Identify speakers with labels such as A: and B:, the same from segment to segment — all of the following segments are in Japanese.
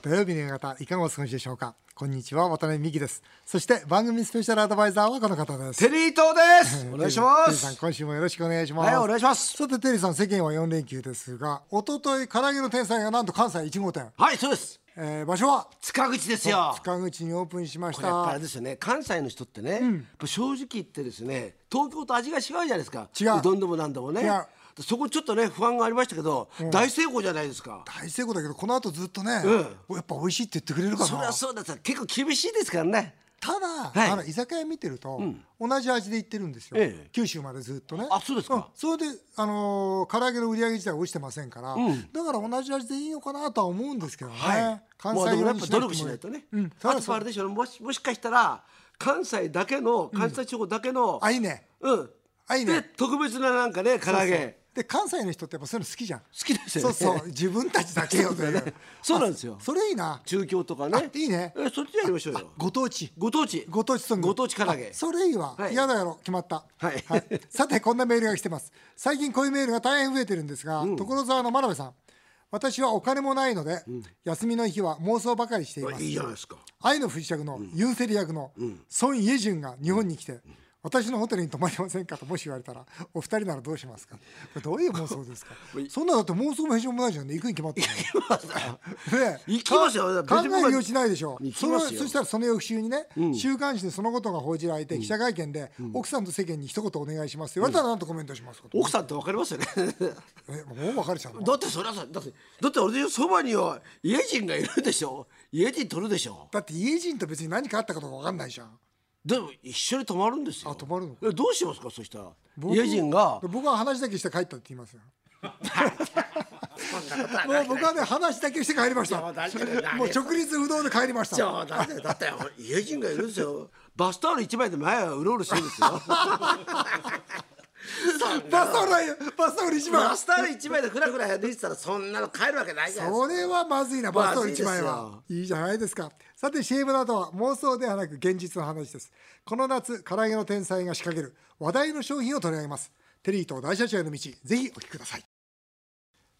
A: 土曜日の夕方いかがお過ごしでしょうかこんにちは渡辺美希ですそして番組スペシャルアドバイザーはこの方です
B: テリー東です。お願いしま
A: テリーさん
B: す。
A: 今週もよろしくお願いします
B: はいお願いします
A: さてテリーさん世間は4連休ですが一昨日唐揚げの天才がなんと関西1号店、
B: はい、そうです。
A: えー場所は
B: 塚口ですよ。
A: 塚口にオープンしまし
B: これやっぱあ
A: た
B: れですよね。関西の人ってね、やっぱ正直言ってですね、東京と味が違うじゃないですか。
A: 違う
B: どんでもなんでもね
A: 違う。
B: そこちょっとね不安がありましたけど、大成功じゃないですか。
A: 大成功だけどこの後ずっとね、やっぱ美味しいって言ってくれるか
B: そり
A: な
B: ゃそうです。結構厳しいですからね。
A: ただ、
B: はい
A: あの居酒屋見てると、同じ味で行ってるんですよ、
B: ええ
A: 九州までずっとね
B: あそうですか
A: んそれであのー唐揚げの売り上げ自体は落ちてませんから、だから同じ味でいいのかなとは思うんですけどね、関
B: もうで
A: 西
B: もや
A: 用
B: っ
A: に
B: ぱ
A: し
B: 努
A: なくて
B: 力し
A: も
B: ないとね。
A: うんそ
B: あ
A: りゃ
B: と
A: そ
B: あ
A: う
B: れでしょうね。もしもしかしたら関西だけの関西地方だけの、
A: あいいね
B: うん。
A: あいいね
B: で特別ななんかね唐揚げ
A: で関西の人ってやっぱそういうの好きじゃん
B: 好きですよ
A: そ
B: ね。
A: うそう自分たちだけよという
B: そうなんですよ
A: あそれいいな
B: 中京とかね。
A: あいいね
B: えそっちやりましょうよ。
A: ご当地
B: ご当地。
A: ご当地ソング
B: ご当地唐揚げ
A: あそれいいわ、
B: はい
A: 嫌だやろ決まった、
B: はい
A: さてこんなメールが来てます最近こういうメールが大変増えてるんですが、所沢の真鍋さん私はお金もないので、休みの日は妄想ばかりしています
B: いいじゃないですか。
A: 愛の不時着のユンセリ役の孫イェジュンが日本に来て、私のホテルに泊まりませんかともし言われたらお二人ならどうしますか これどういう妄想 ですかそんなだって妄想もへしもないじゃん ね行くに決まってるのにねえ
B: 行きますよ
A: か
B: 別に
A: 考
B: 僕は
A: える余地ないでしょ
B: 行き
A: その
B: ますよ
A: そしたらその翌週にね、週刊誌でそのことが報じられて、記者会見で、奥さんと世間に一言お願いしますって言われたらなんとコメントしますか、
B: 奥さんってわかりますよね。
A: えもう別れちゃうの
B: だってそりゃさだってだって俺のそばには家人がいるでしょ。家人取るでしょ。
A: だって家人と別に何かあったかとか分かんないじゃん
B: でも一緒に泊まるんですよ。
A: あ泊まるの
B: えどうしますかそしたら家人が。
A: 僕は話だけして帰ったって言いますよも う僕はね話だけして帰りましたもう
B: 大丈夫だ
A: 直立不動で帰りまし
B: じ
A: た
B: ゃあだってだって家人がいるんですよ。バスタオル一枚で前はうろうろしてるんですよ。
A: バスタオルないよバスタオル一枚
B: バスタオル一枚でふらふらやってたらそんなの帰るわけないじゃないですか。
A: それはまずいなバスト一枚は
B: ま
A: いいじゃないですかさて CM の後は妄想ではなく現実の話ですこの夏唐揚げの天才が仕掛ける話題の商品を取り上げますテリーと大社長への道ぜひお聞きください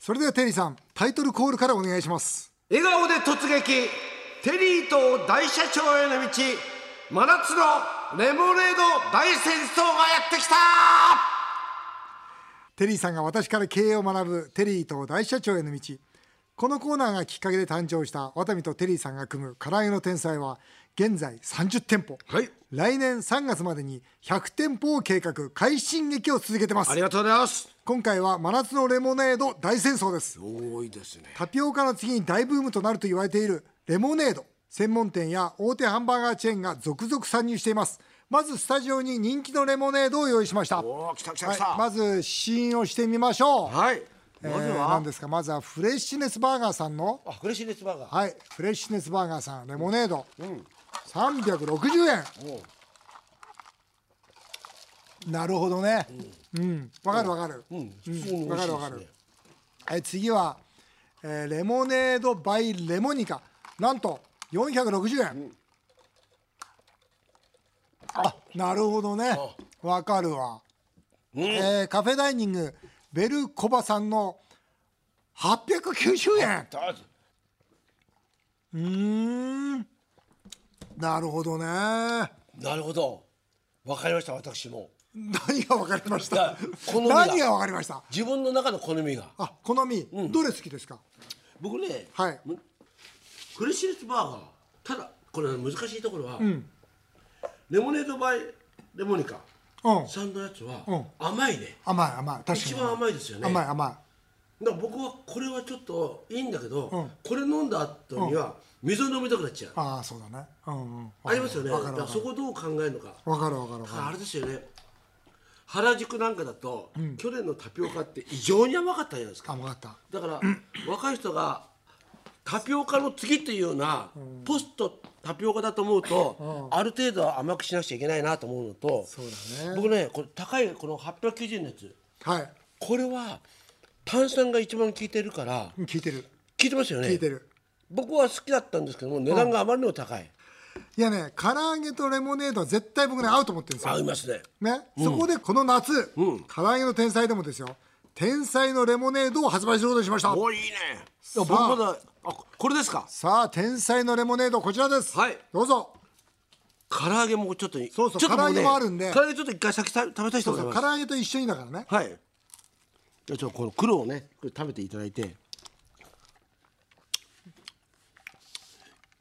A: それではテリーさんタイトルコールからお願いします
B: 笑顔で突撃テリーと大社長への道真夏のレモネード大戦争がやってきた
A: テリーさんが私から経営を学ぶテリーと大社長への道このコーナーがきっかけで誕生したワタミとテリーさんが組む唐揚げの天才は現在30店舗、
B: はい
A: 来年3月までに100店舗を計画快進撃を続けてます
B: ありがとうございます
A: 今回は真夏のレモネード大戦争です
B: 多いですね
A: タピオカの次に大ブームとなると言われているレモネード専門店や大手ハンバーガーチェーンが続々参入していますまずスタジオに人気のレモネードを用意しました、は
B: おお来た来た来
A: い
B: た、はい、
A: まず試飲をしてみましょうえ
B: ま
A: ー
B: ず
A: 何
B: は、
A: ですかまずはフレッシュネスバーガーさんの
B: あフレッシュネスバーガー
A: はいフレッシュネスバーガーさんレモネード、360円
B: おう
A: なるほどねうんわ、かるわかる、
B: うん普通に美味しいですね
A: わかるわかるはい、次は、えーレモネードバイレモニカなんと460円、あなるほどねわかるわ、えーカフェダイニングベルコバさんの890円
B: どうぞ
A: うーんなるほどね
B: なるほどわかりました私も
A: 何が分かりまし
B: いや
A: た
B: 好みが
A: 何が分かりました
B: 自分の中の好みが
A: あ好み、どれ好きですか
B: 僕ね、
A: はい
B: むフレッシュネスバーガーただこれ難しいところは、レモネードバイレモニカ
A: うん
B: さんのやつは、
A: うん
B: 甘いね
A: 甘い甘い確かに
B: 一番甘いですよね
A: 甘い甘い
B: だから僕はこれはちょっといいんだけど、
A: ん
B: これ飲んだ後には水を飲みたくなっちゃう、
A: ああそうだねうんうん
B: ありますよねだ
A: わ
B: か
A: かるわ
B: ら
A: かる
B: そこどう考えるのか
A: わかるわかるわ
B: ただ
A: か
B: あれですよね原宿なんかだと、去年のタピオカって異常に甘かったじゃないです
A: る
B: か
A: あ分かった
B: だから若い人がタピオカの次というようなポストタピオカだと思うとある程度は甘くしなくちゃいけないなと思うのと
A: そうだね
B: 僕ねこれ高いこの890円のやつ
A: はい
B: これは炭酸が一番効いてるから
A: うん聞いてる
B: 効いてますよね
A: 聞いてる
B: 僕は好きだったんですけども値段があまりにも高い、
A: いやね唐揚げとレモネードは絶対僕ね合うと思ってるんですよ
B: 合いますね
A: ねそこでこの夏唐揚げの天才でもですよ天才のレモネードを発売することにしました
B: おいいねいや僕まだあこれですか
A: さあ天才のレモネードこちらです
B: はい
A: どうぞ
B: 唐揚げもちょっと
A: そうそう
B: ちょっと
A: 唐揚げもあるんで
B: 唐揚げちょっと一回先食べ食べたいと
A: そう
B: 思い
A: そう
B: ます
A: 唐揚げと一緒にだからね
B: はいじゃあちょっとこの黒をねこれ食べていただいて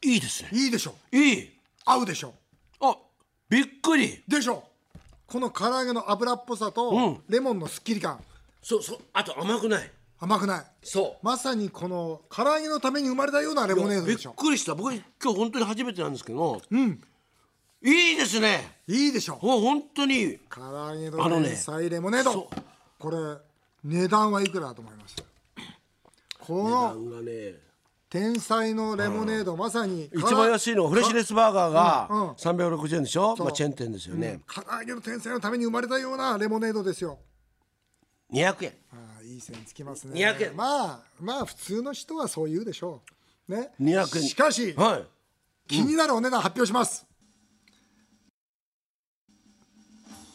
B: いいですね
A: いいでしょ
B: いい
A: 合うでしょ
B: あびっくり
A: でしょこの唐揚げの油っぽさと、
B: うん
A: レモンのすっきり感
B: そうそうあと甘くない
A: 甘くない
B: そ
A: まさにこの唐揚げのために生まれたようなレモネード
B: びっ
A: でしょ
B: くりした僕今日本当に初めてなんですけどいいですね
A: いいでしょ
B: もう本当に
A: 唐揚げ
B: あの
A: の
B: ね
A: 天才レモネード、
B: そ
A: これ値段はいくらだと思いますこ
B: あ
A: の
B: んがね
A: 天才のレモネード、まさに
B: 一番安いのはフレッシュネ
A: ス
B: スバーガー
A: うんうん
B: が360円でしょ、まあ、チェーン店ですよね、
A: 唐揚げの天才のために生まれたようなレモネードですよ
B: 200円
A: ああいい線つきますね
B: 200円
A: まあまあ普通の人はそう言うでしょうね
B: 200円
A: しかし、
B: はい
A: 気になるお値段発表します、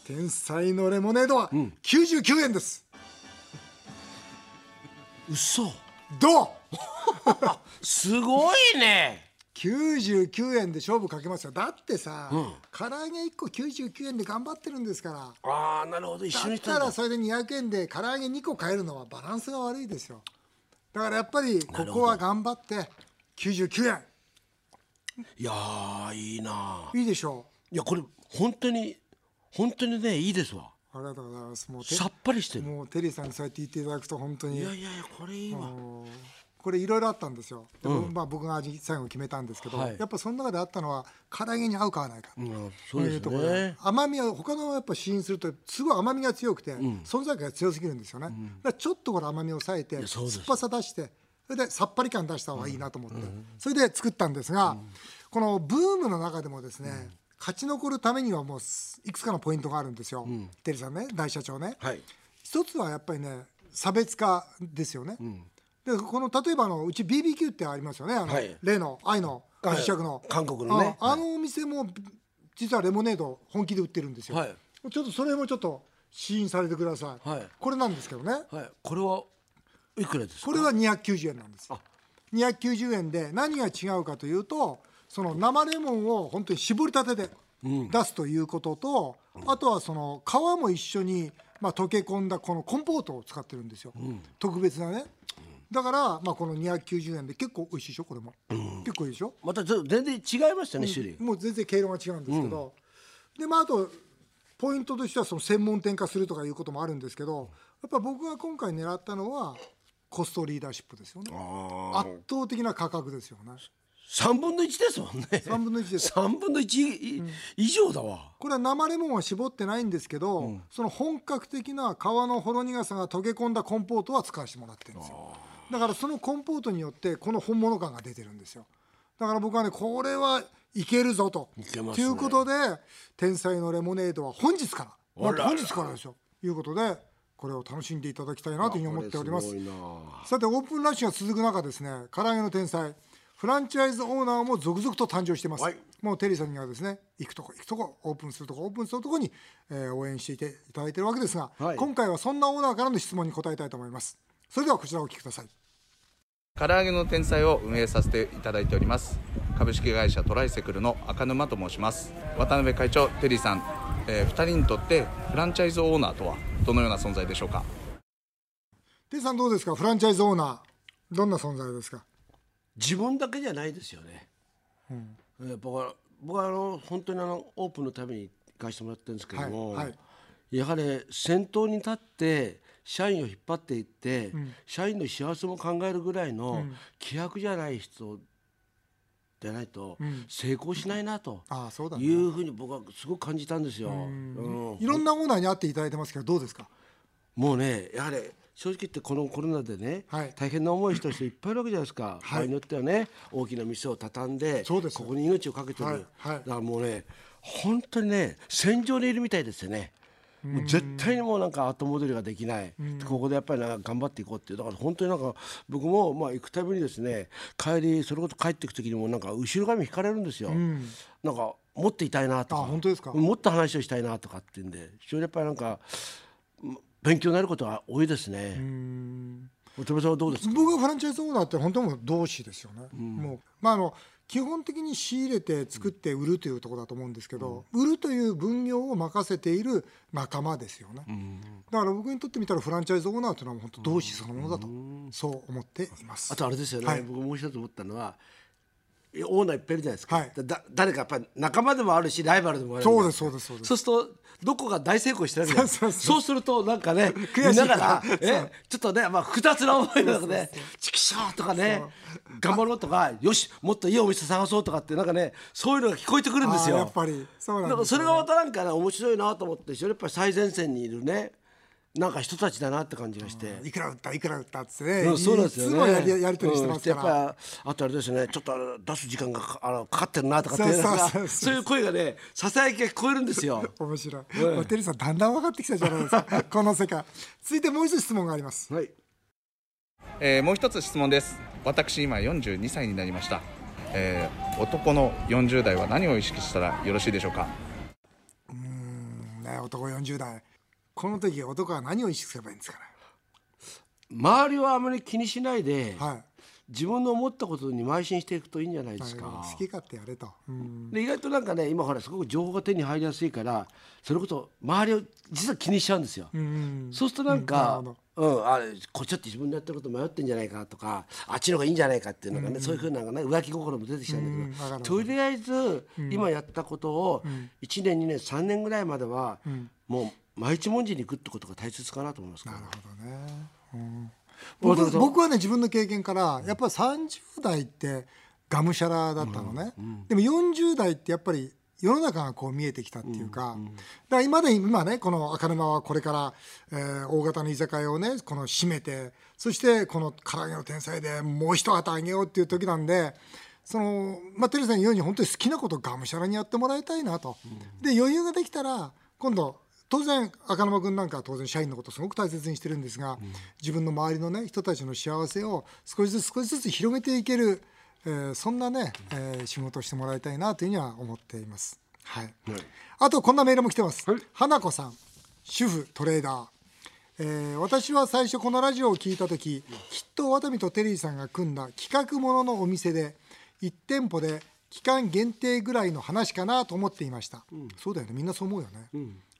A: 天才のレモネードは99円です、
B: 嘘
A: どう
B: すごいね
A: 99円で勝負かけますよだってさ、唐揚げ1個99円で頑張ってるんですから
B: ああなるほど一緒
A: だ
B: に
A: っ
B: 行った
A: た
B: んだ
A: らそれで200円で唐揚げ2個買えるのはバランスが悪いですよだからやっぱりここは頑張って99円
B: いやーいいない
A: いでしょ
B: いやこれ本当に本当にねいいですわ
A: うありがとうございますもうて
B: さっぱりしてる
A: もうテリーさんにそうやって言っていただくと本当に
B: いやいやいやこれいいわ
A: これいろいろあったんですよ、でもまあ、僕が味最後決めたんですけど、
B: はい
A: やっぱその中であったのは唐揚げに合うか合わないか、
B: うんそう
A: と
B: で
A: い
B: す
A: うところで
B: ね
A: 甘みは他のやっぱ試飲するとすごい甘みが強くて、存在感が強すぎるんですよね、だからちょっとこれ甘みを抑えて
B: そうです
A: 酸っぱさ出してそれでさっぱり感出した方がいいなと思って、それで作ったんですが、このブームの中でもですね、勝ち残るためにはもうすいくつかのポイントがあるんですよ、テリーさんね大社長ね、
B: はい
A: 一つはやっぱりね差別化ですよね、でこの例えばあのうち BBQ ってありますよねあの、
B: はい
A: 例の愛の
B: はい
A: 発着の、
B: 韓国のね
A: ああのお店も実はレモネード本気で売ってるんですよ、
B: はい
A: ちょっとそれもちょっと試飲されてください、
B: はい
A: これなんですけどね
B: はいこれはいくらですか
A: これは290円なんです
B: あ
A: 290円で何が違うかというとその生レモンを本当に絞りたてで出すということと、あとはその皮も一緒に、まあ、溶け込んだこのコンポートを使ってるんですよ、特別なねだから、まあ、この290円で結構美味しいでしょこれも、結構いいでしょ
B: またちょっと全然違いましたね種類、
A: もう全然経路が違うんですけど、でまああとポイントとしてはその専門店化するとかいうこともあるんですけどやっぱ僕が今回狙ったのはコストリーダーシップですよね圧倒的な価格ですよね
B: 三分の一ですもんね。
A: 3分の1です
B: 三分の一い以上だわ。
A: これは生レモンは絞ってないんですけど、その本格的な皮のほろ苦さが溶け込んだコンポートは使わせてもらってるんですよだからそのコンポートによってこの本物感が出てるんですよだから僕はねこれはいけるぞと
B: いけますね
A: ということで「天才のレモネード」は本日から
B: あら
A: 本日からですよということでこれを楽しんでいただきたいなというふうに思っております
B: これすごいな
A: さてオープンラッシュが続く中ですね唐揚げの天才フランチャイズオーナーも続々と誕生してます、
B: はい
A: もうテリーさんにはですね行くとこ行くとこオープンするとこオープンするとこに、えー応援していていただいてるわけですが、
B: はい
A: 今回はそんなオーナーからの質問に答えたいと思いますそれではこちらをお聞きください
C: 唐揚げの天才を運営させていただいております株式会社トライセクルの赤沼と申します渡辺会長テリーさん、え2人にとってフランチャイズオーナーとはどのような存在でしょうか
A: テリーさんどうですかフランチャイズオーナーどんな存在ですか
B: 自分だけじゃないですよね。やっぱこれ僕はあの本当にあのオープンのために行かせてもらってるんですけども、
A: はいはい
B: やはり先頭に立って社員を引っ張っていって、社員の幸せも考えるぐらいの気迫じゃない人じゃないと成功しないなと
A: ああそうだね
B: いうふうに僕はすごく感じたんですよ。うん
A: いろんなオーナーに会っていただいてますけどどうですか
B: もうねやはり正直言ってこのコロナでね、
A: はい
B: 大変な思いした人いっぱいいるわけじゃないですか、場合によってはね大きな店を畳んで
A: そうです
B: ここに命をかけてる、
A: はいはい
B: だからもうね本当にね戦場にいるみたいですよね。もう絶対にもうなんか後戻りができない、ここでやっぱりなんか頑張っていこうっていうだから本当になんか僕もまあ行くたびにですね帰りそれこそ帰っていく時にもなんか後ろ髪引かれるんですよ、なんか持っていたいなとか
A: あ本当ですか
B: もっと話をしたいなとかっていうんで非常にやっぱりなんかま勉強になることは多いですね。
A: うん
B: 渡辺さんはどうですか。
A: 僕はフランチャイズオーナーって本当もう同志ですよね、もうまああの基本的に仕入れて作って売るというところだと思うんですけど、売るという分業を任せている仲間ですよね、だから僕にとってみたらフランチャイズオーナーというのは本当同志そのものだと、そう思っています
B: あとあれですよね、
A: はい
B: 僕もう一つ思ったのはオーナーいっぱいいるじゃないですか、
A: はい
B: だだ誰かやっぱり仲間でもあるしライバルでもある
A: そうですそうですそうです
B: そうするとどこが大成功してるわけです
A: そうそうそう
B: そうするとなんかね
A: 悔しい
B: みんなが
A: そう
B: えちょっとね、まあ、複雑な思いの中で「チキショー」とかね「頑張ろう」とか「よしもっといいお店探そう」とかってなんかねそういうのが聞こえてくるんですよ。
A: あーやっぱりそうなんですよね
B: だからそれがまたなんかね面白いなと思って非常にやっぱり最前線にいるねなんか人たちだなって感じがして。
A: いくら売ったいくら売ったっつってね、
B: うんそうなんですよ
A: いつ
B: ね。
A: もやりやり取りしてます
B: うん
A: か
B: や
A: ら、
B: っぱあとあれですね。ちょっとあの出す時間がかあのかかってるなとかっていう
A: そう
B: なん
A: そうそうそ
B: か
A: う
B: そういう声がねささやきが聞こえるんですよ。
A: 面白い、まあテリーさんだんだん分かってきたじゃないです かこの世界続いてもう一つ質問があります
B: はい。
C: えーもう一つ質問です私今42歳になりました、えー男の40代は何を意識したらよろしいでしょうか
A: ね男40代この時男は何を意識すればいいんですかね
B: 周りはあまり気にしないで、
A: はい
B: 自分の思ったことに邁進していくといいんじゃないですか。
A: 好き勝手やれと、うん
B: で意外となんかね今ほらすごく情報が手に入りやすいからそれこそ周りを実は気にしちゃうんですよ。
A: うん
B: そうするとなんか、
A: う
B: うんん
A: なる
B: あれこっちだって自分のやってること迷ってんじゃないかなとかあっちの方がいいんじゃないかっていうのがね、そういうふうなのがね浮気心も出てきたんだけ
A: うんわか
B: ど、
A: る
B: とりあえず今やったことを1年2年3年ぐらいまでは、もう毎日文字に行くってことが大切かなと思いますから、
A: ほどね、うん
B: どう
A: 僕
B: ぞ
A: 僕はね自分の経験からやっぱり30代ってがむしゃらだったのね、でも40代ってやっぱり世の中がこう見えてきたっていうか、だから今で今ねこの赤沼はこれから、えー大型の居酒屋をねこの閉めてそしてこの唐揚げの天才でもう一旗あげようっていう時なんでそのまあ、テレさんのように本当に好きなことをがむしゃらにやってもらいたいなと、で余裕ができたら今度当然赤沼君なんかは当然社員のことをすごく大切にしてるんですが、自分の周りの、ね、人たちの幸せを少しずつ少しずつ広げていける、えーそんなね、えー仕事をしてもらいたいなというふうには思っています。はい、あとこんなメールも来てます、花子さん主婦トレーダーえー私は最初このラジオを聞いた時きっとワタミとテリーさんが組んだ企画もののお店で1店舗で期間限定ぐらいの話かなと思っていました、そうだよねみんなそう思うよね、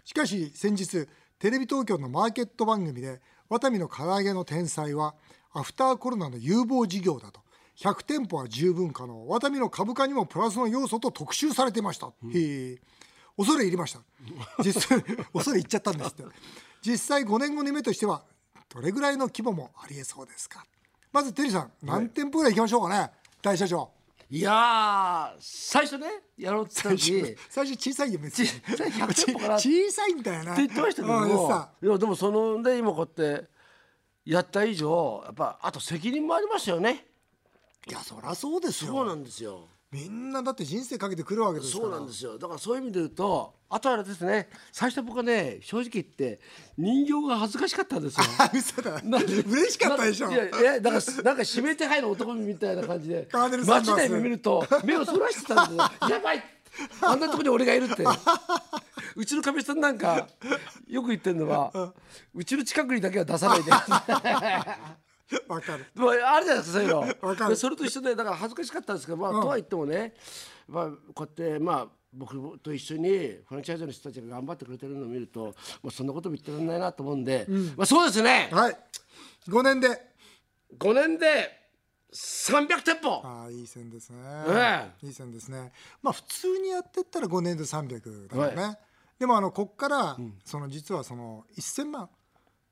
A: しかし先日テレビ東京のマーケット番組でワタミの唐揚げの天才はアフターコロナの有望事業だと100店舗は十分可能ワタミの株価にもプラスの要素と特集されていました、へえ恐れ入りました実 際恐れ入っちゃったんですって実際5年後の夢としてはどれぐらいの規模もありえそうですかまずテリーさん何店舗ぐらい行きましょうかね大社長
B: いやー最初ねやろうって言った時
A: 最初小さい夢小
B: 小さい100店舗から
A: 小さいんだよね
B: って言ってましたけど
A: うん言ってた
B: も、いやでもそのね今こうやってやった以上やっぱあと責任もありますよね
A: いやそりゃそうですよ
B: そうなんですよ
A: みんなだって人生かけてくるわけですから
B: そうなんですよだからそういう意味で言うとあとあれですね最初僕はね正直言って人形が恥ずかしかったんですよ
A: あ嘘だ 嬉しかったでしょ
B: いやいやなんかなんか指名手配の男みたいな感じで
A: カーネルサンダース
B: 街で見ると目をそらしてたんですよやばいあんなとこに俺がいるってうちのかみさんなんかよく言ってるのはうちの近くにだけは出さないで
A: わかる
B: でもあるじゃないですかそういう
A: わか
B: の
A: る
B: でそれと一緒でだから恥ずかしかったんですけど、まあとは言ってもね、まあ、こうやって、まあ、僕と一緒にフランチャイズの人たちが頑張ってくれてるのを見ると、まあ、そんなことも言ってらんないなと思うんで、まあ、そうですね
A: はい5年で
B: 5年で300店舗
A: ああいい線ですね、
B: え
A: いい線ですねまあ普通にやってったら5年で300だよね、
B: は
A: でもあのこっから、その実はその1000万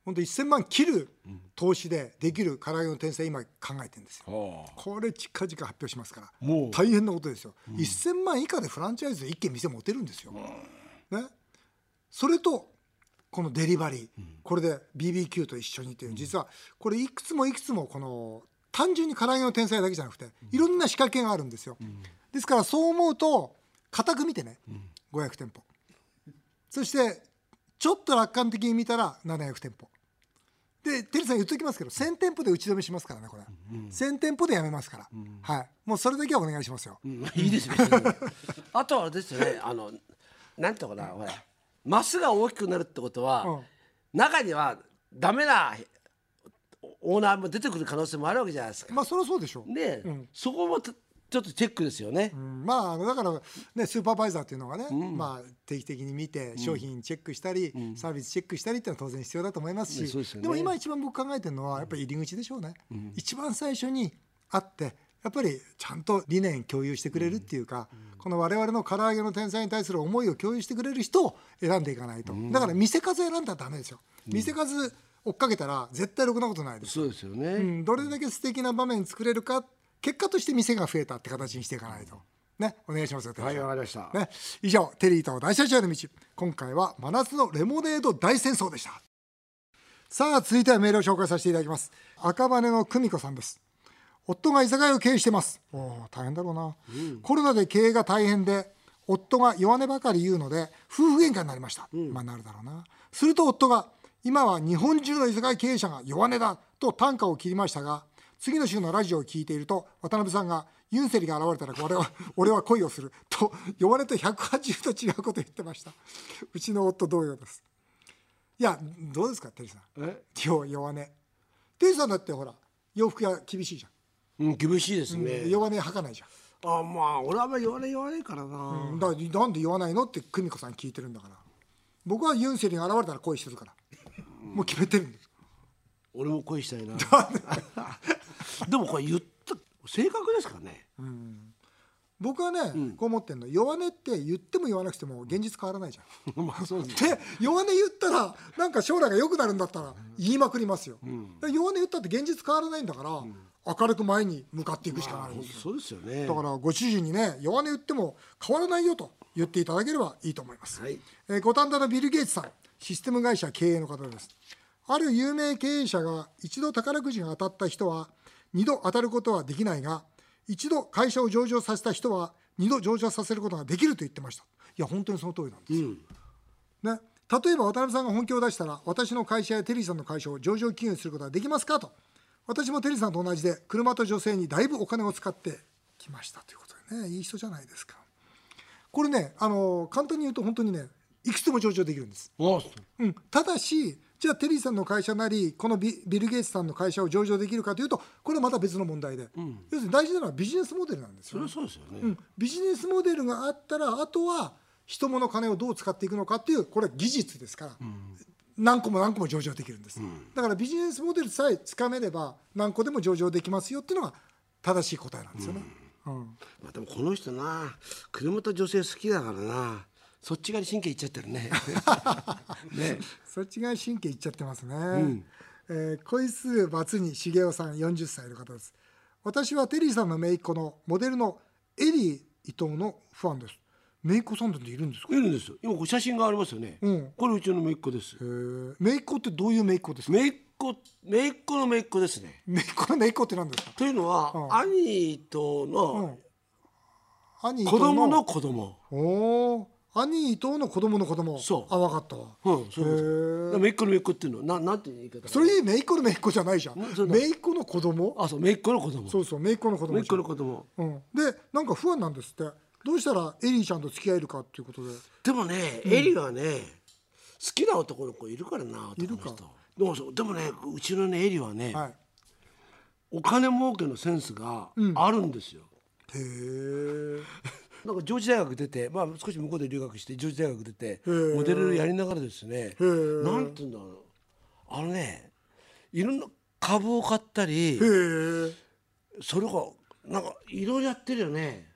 A: 本当1000万切る投資でできる唐揚げの転生今考えてるんですよ、これ近々発表しますから
B: もう
A: 大変なことですよ、1000万以下でフランチャイズで1軒店持てるんですよ、ね、それとこのデリバリー、これで BBQ と一緒にという実はこれいくつもいくつもこの単純に唐揚げの天才だけじゃなくていろんな仕掛けがあるんですよ、ですからそう思うと固く見てね、500店舗そしてちょっと楽観的に見たら700店舗でテリーさん言っときますけど1000店舗で打ち止めしますからねこれ、1000店舗でやめますから、はいもうそれだけはお願いしますよ、
B: うんいいですねあとはあれですよねあのなんとかなほらマスが大きくなるってことは、
A: うん
B: 中にはダメなオーナーも出てくる可能性もあるわけじゃないですか。
A: まあそりゃそうでしょう、
B: ね、
A: うん
B: そこもちょちょっとチェックですよね
A: う。んまああのだからねスーパーバイザーっていうのがね、まあ、定期的に見て商品チェックしたり、サービスチェックしたりってのは当然必要だと思いますし、
B: ねそうですよね
A: も今一番僕考えてるのはやっぱり入り口でしょうね、一番最初に会ってやっぱりちゃんと理念共有してくれるっていうか、この我々の唐揚げの天才に対する思いを共有してくれる人を選んでいかないと、だから店数選んだらダメですよ店数追っかけたら絶対ろくなことないです
B: そうですよね。
A: うん、どれだけ素敵な場面作れるか結果として店が増えたって形にしていかないと。ね、お願いしますよ、テリー
B: はい、
A: さん
B: わかりました。
A: ね、以上テリーと大社長の道今回は真夏のレモネード大戦争でしたさあ続いてはメールを紹介させていただきます赤羽の久美子さんです夫が居酒屋を経営してますおー大変だろうな、コロナで経営が大変で夫が弱音ばかり言うので夫婦喧嘩になりました、まあなるだろうなすると夫が今は日本中の居酒屋経営者が弱音だと短歌を切りましたが次の週のラジオを聞いていると渡辺さんがユンセリが現れたら俺 は俺は恋をすると呼ばれて180度違うこと言ってましたうちの夫同様ですいやどうですかテリーさん
B: え、
A: 弱弱音テリーさんだってほら洋服屋厳しいじ
B: うん、厳しいです
A: ゃん、
B: ね。
A: 弱音吐かないじゃ
B: あ、まあ、俺はあんま言わない、言わないからな。
A: ん、だからなんで言わないのって久美子さんに聞いてるんだから僕はユンセリが現れたら恋するからもう決めてるんです
B: 俺も恋したいな。 でも、これ言った、正確ですかね。
A: 僕はね、こう思ってんの弱音って言っても言わなくても現実変わらないじゃん
B: まあ、そうですね。
A: で弱音言ったらなんか将来が良くなるんだったら言いまくりますよ、だから弱音言ったって現実変わらないんだから、明るく前に向かっていくしかないんですよ
B: そうですよね。
A: だからご主人にね弱音言っても変わらないよと言っていただければいいと思います、
B: はい
A: えー五反田のビル・ゲイツさんシステム会社経営の方ですある有名経営者が一度宝くじが当たった人は二度当たることはできないが一度会社を上場させた人は二度上場させることができると言ってましたいや本当にその通りなんですよ、ね、例えば渡辺さんが本気を出したら私の会社やテリーさんの会社を上場企業にすることはできますかと私もテリーさんと同じで車と女性にだいぶお金を使ってきましたということでねいい人じゃないですかこれねあの簡単に言うと本当にねいくつでも上場できるんです、
B: お
A: うん、ただしじゃあテリーさんの会社なりこのビビル・ゲイツさんの会社を上場できるかというとこれはまた別の問題で、要するに大事なのはビジネスモデルなんですよ
B: それはそうですよね。
A: うんビジネスモデルがあったらあとは人物金をどう使っていくのかっていうこれは技術ですから、何個も何個も上場できるんです、だからビジネスモデルさえつかめれば何個でも上場できますよっていうのが正しい答えなんですよね、うん
B: まあ、でも、この人な、車と女性好きだからな。そっち側に神経いっちゃってる ね。ね。
A: そっち側に神経いっちゃってますね、えー、恋する罰に茂雄さん40歳の方です私はテリーさんの姪っ子のモデルのエリー伊藤のファンです姪っ子さんっているんですか
B: いるんですよ。今、これ写真がありますよね。
A: うん
B: これ、うちの姪っ子です。
A: へー姪っ子ってどういう姪っ子ですか
B: 姪っ子、姪っ子の姪っ子ですね。
A: 姪っ子の姪っ子って何ですか
B: というのは、
A: うん
B: 兄との
A: 兄伊
B: 子
A: 藤
B: 供の子供。
A: おー兄伊藤の子供の子供
B: そう
A: あ分かったわ、
B: うん、そういうこと
A: へえ
B: だから姪っ子の姪っ子っていうのは、な、なんていう言い方。
A: それで姪っ子の姪っ子じゃないじゃん
B: んそうだ
A: 姪っ子の子供
B: あ、そう、姪っ子の子供。
A: そうそう姪っ子の子供
B: 姪っ
A: じゃ
B: 子
A: ん
B: の子供。
A: うん、でなんか不安なんですってどうしたらエリーちゃんと付き合えるかっていうことで
B: でもね、エリはね、好きな男の子いるからな。男の人
A: いるか。
B: でもそう、でもね、うちのね、エリはね、
A: はい
B: お金儲けのセンスがあるんですよ。
A: へえ
B: なんか上智大学出て、まあ、少し向こうで留学して上智大学出て
A: ー
B: モデルやりながらですね
A: ー
B: なんて言うんだろうあのねいろんな株を買ったり
A: へえ
B: それがなんかいろいろやってるよね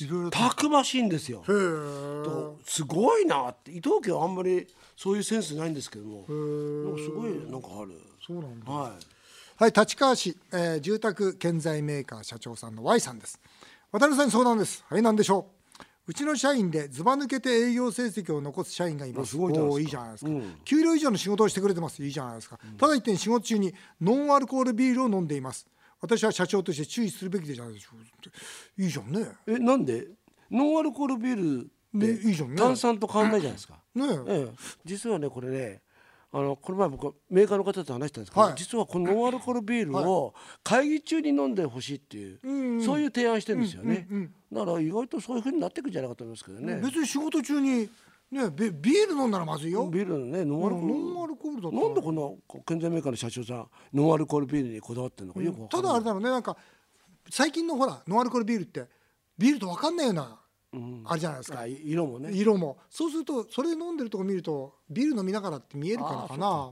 A: いろいろと
B: たくましいんですよ。
A: へ
B: すごいなって伊藤家はあんまりそういうセンスないんですけども
A: え
B: なんかすごいなんかある。
A: そうなんだ
B: はい
A: はい、立川市、えー住宅建材メーカー社長さんの Y さんです。渡辺さんに相談です。はい、なんでしょう。うちの社員でずば抜けて営業成績を残す社員がいます。
B: すごいじゃないで
A: お
B: すか
A: ーいいじゃないですか、給料以上の仕事をしてくれてます。いいじゃないですか。ただ一点仕事中にノンアルコールビールを飲んでいます。私は社長として注意するべきでじゃないでしょうか。いいじゃんね。
B: えなんでノンアルコールビール
A: ね
B: で
A: いいじゃんね
B: 炭酸と変わんないじゃないですか。
A: ねえ。
B: ええ、実はねこれねあのこの前僕はメーカーの方と話したんですけど、
A: はい
B: 実はこのノンアルコールビールを会議中に飲んでほしいっていう、そういう提案してるんですよね、だから意外とそういうふうになっていくんじゃないかと思いますけどね、
A: 別に仕事中にねビビール飲んだらまずいよ
B: ビールのねノンアルコール
A: ノンアルコールだったら
B: なんでこの建材メーカーの社長さんノンアルコールビールにこだわってるのかよくわか
A: た
B: んな
A: だ
B: い、
A: あれだろうねなんか最近のほらノンアルコールビールってビールと分かんないような
B: うん
A: あれじゃないですか
B: あい色もね
A: 色もそうするとそれ飲んでるとこ見るとビール飲みながらって見えるからかな
B: は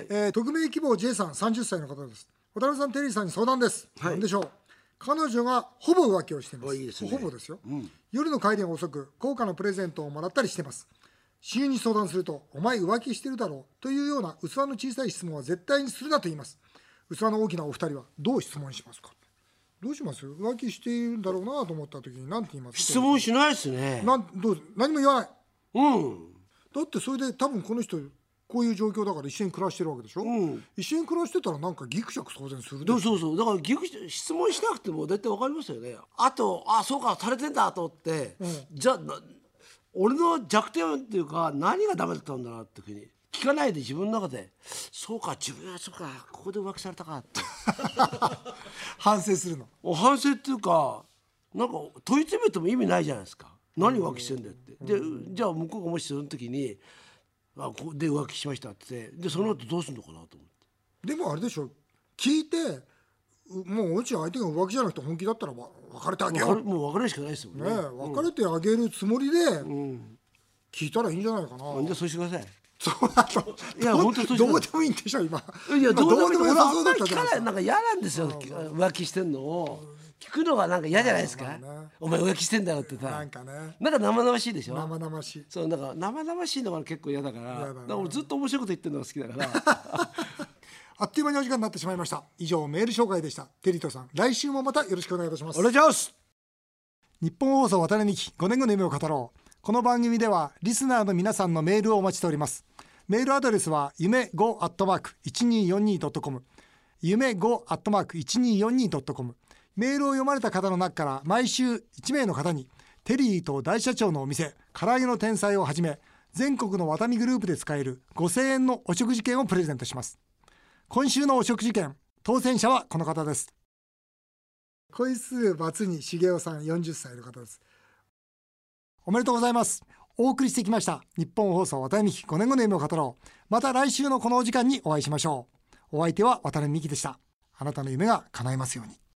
B: い
A: えー匿名希望 J さん30歳の方です渡辺さんテリーさんに相談です、
B: はい
A: 何でしょう彼女がほぼ浮気をしていま
B: お
A: す
B: いいですね
A: ほぼですよ、
B: ん
A: 夜の帰りが遅く高価なプレゼントをもらったりしてます親友に相談すると「お前浮気してるだろう」というような器の小さい質問は絶対にするなと言います器の大きなお二人はどう質問しますかどうします浮気しているんだろうなと思った時に何て言います
B: 質問しないですね
A: なんどう何も言わない
B: うん
A: だってそれで多分この人こういう状況だから一緒に暮らしてるわけでしょ、
B: うん
A: 一緒に暮らしてたらなんかギクシャク騒然する
B: で
A: で
B: も
A: しょ
B: そうそうだからギクシ質問しなくても大体わかりますよねあとあそうかされてんだと思って、じゃあな俺の弱点はっていうか何がダメだったんだなっていうふうに聞かないで自分の中でそうか自分はそうかここで浮気されたかって
A: 反省するの
B: お反省っていうかなんか問い詰めても意味ないじゃないですか何浮気してんだよって、でじゃあ向こうがもしその時に「あこで浮気しました」って言ってでその後どうするのかなと思って。
A: でもあれでしょ聞いてうもううち相手が浮気じゃなくて本気だったらわ別れてあげ
B: 別
A: よう
B: れもう別れるしかないですもん
A: ね
B: ね。
A: え別れてあげるつもりで聞いたらいいんじゃないかな、
B: じゃあそうしてください。
A: そうだと
B: いや本当そうじゃ
A: ど
B: ないう
A: でもいいんでしょ今
B: いや
A: 今
B: どうでもいい
A: 良
B: 俺
A: さ
B: あ
A: そうんだっ
B: まり
A: た
B: 聞
A: じゃな
B: か
A: い
B: ないなんか嫌なんですよ浮気してんのを聞くのがなんか嫌じゃないですか
A: まあね
B: お前浮気してんだろって
A: な
B: さ
A: んかね
B: なんか生々しいでしょ
A: 生々しい
B: そうなんか生々しいのが結構嫌だか
A: だ
B: ら
A: ね
B: だから俺ずっと面白いこと言ってるのが好きだ から
A: あっという間にお時間になってしまいました以上メール紹介でしたテリトさん来週もまたよろしくお願いいたします
B: お願いします
A: 日本放送渡辺美希5年後の夢を語ろうこの番組ではリスナーの皆さんのメールをお待ちしておりますメールアドレスは夢 5-1242.com 夢 5-1242.com メールを読まれた方の中から毎週1名の方にテリーと大社長のお店唐揚げの天才をはじめ全国のワタミグループで使える5000円のお食事券をプレゼントします今週のお食事券当選者はこの方です恋する罰に茂雄さん40歳の方ですおめでとうございますお送りしてきました日本放送渡辺美希5年後の夢を語ろうまた来週のこのお時間にお会いしましょうお相手は渡辺美希でしたあなたの夢が叶いますように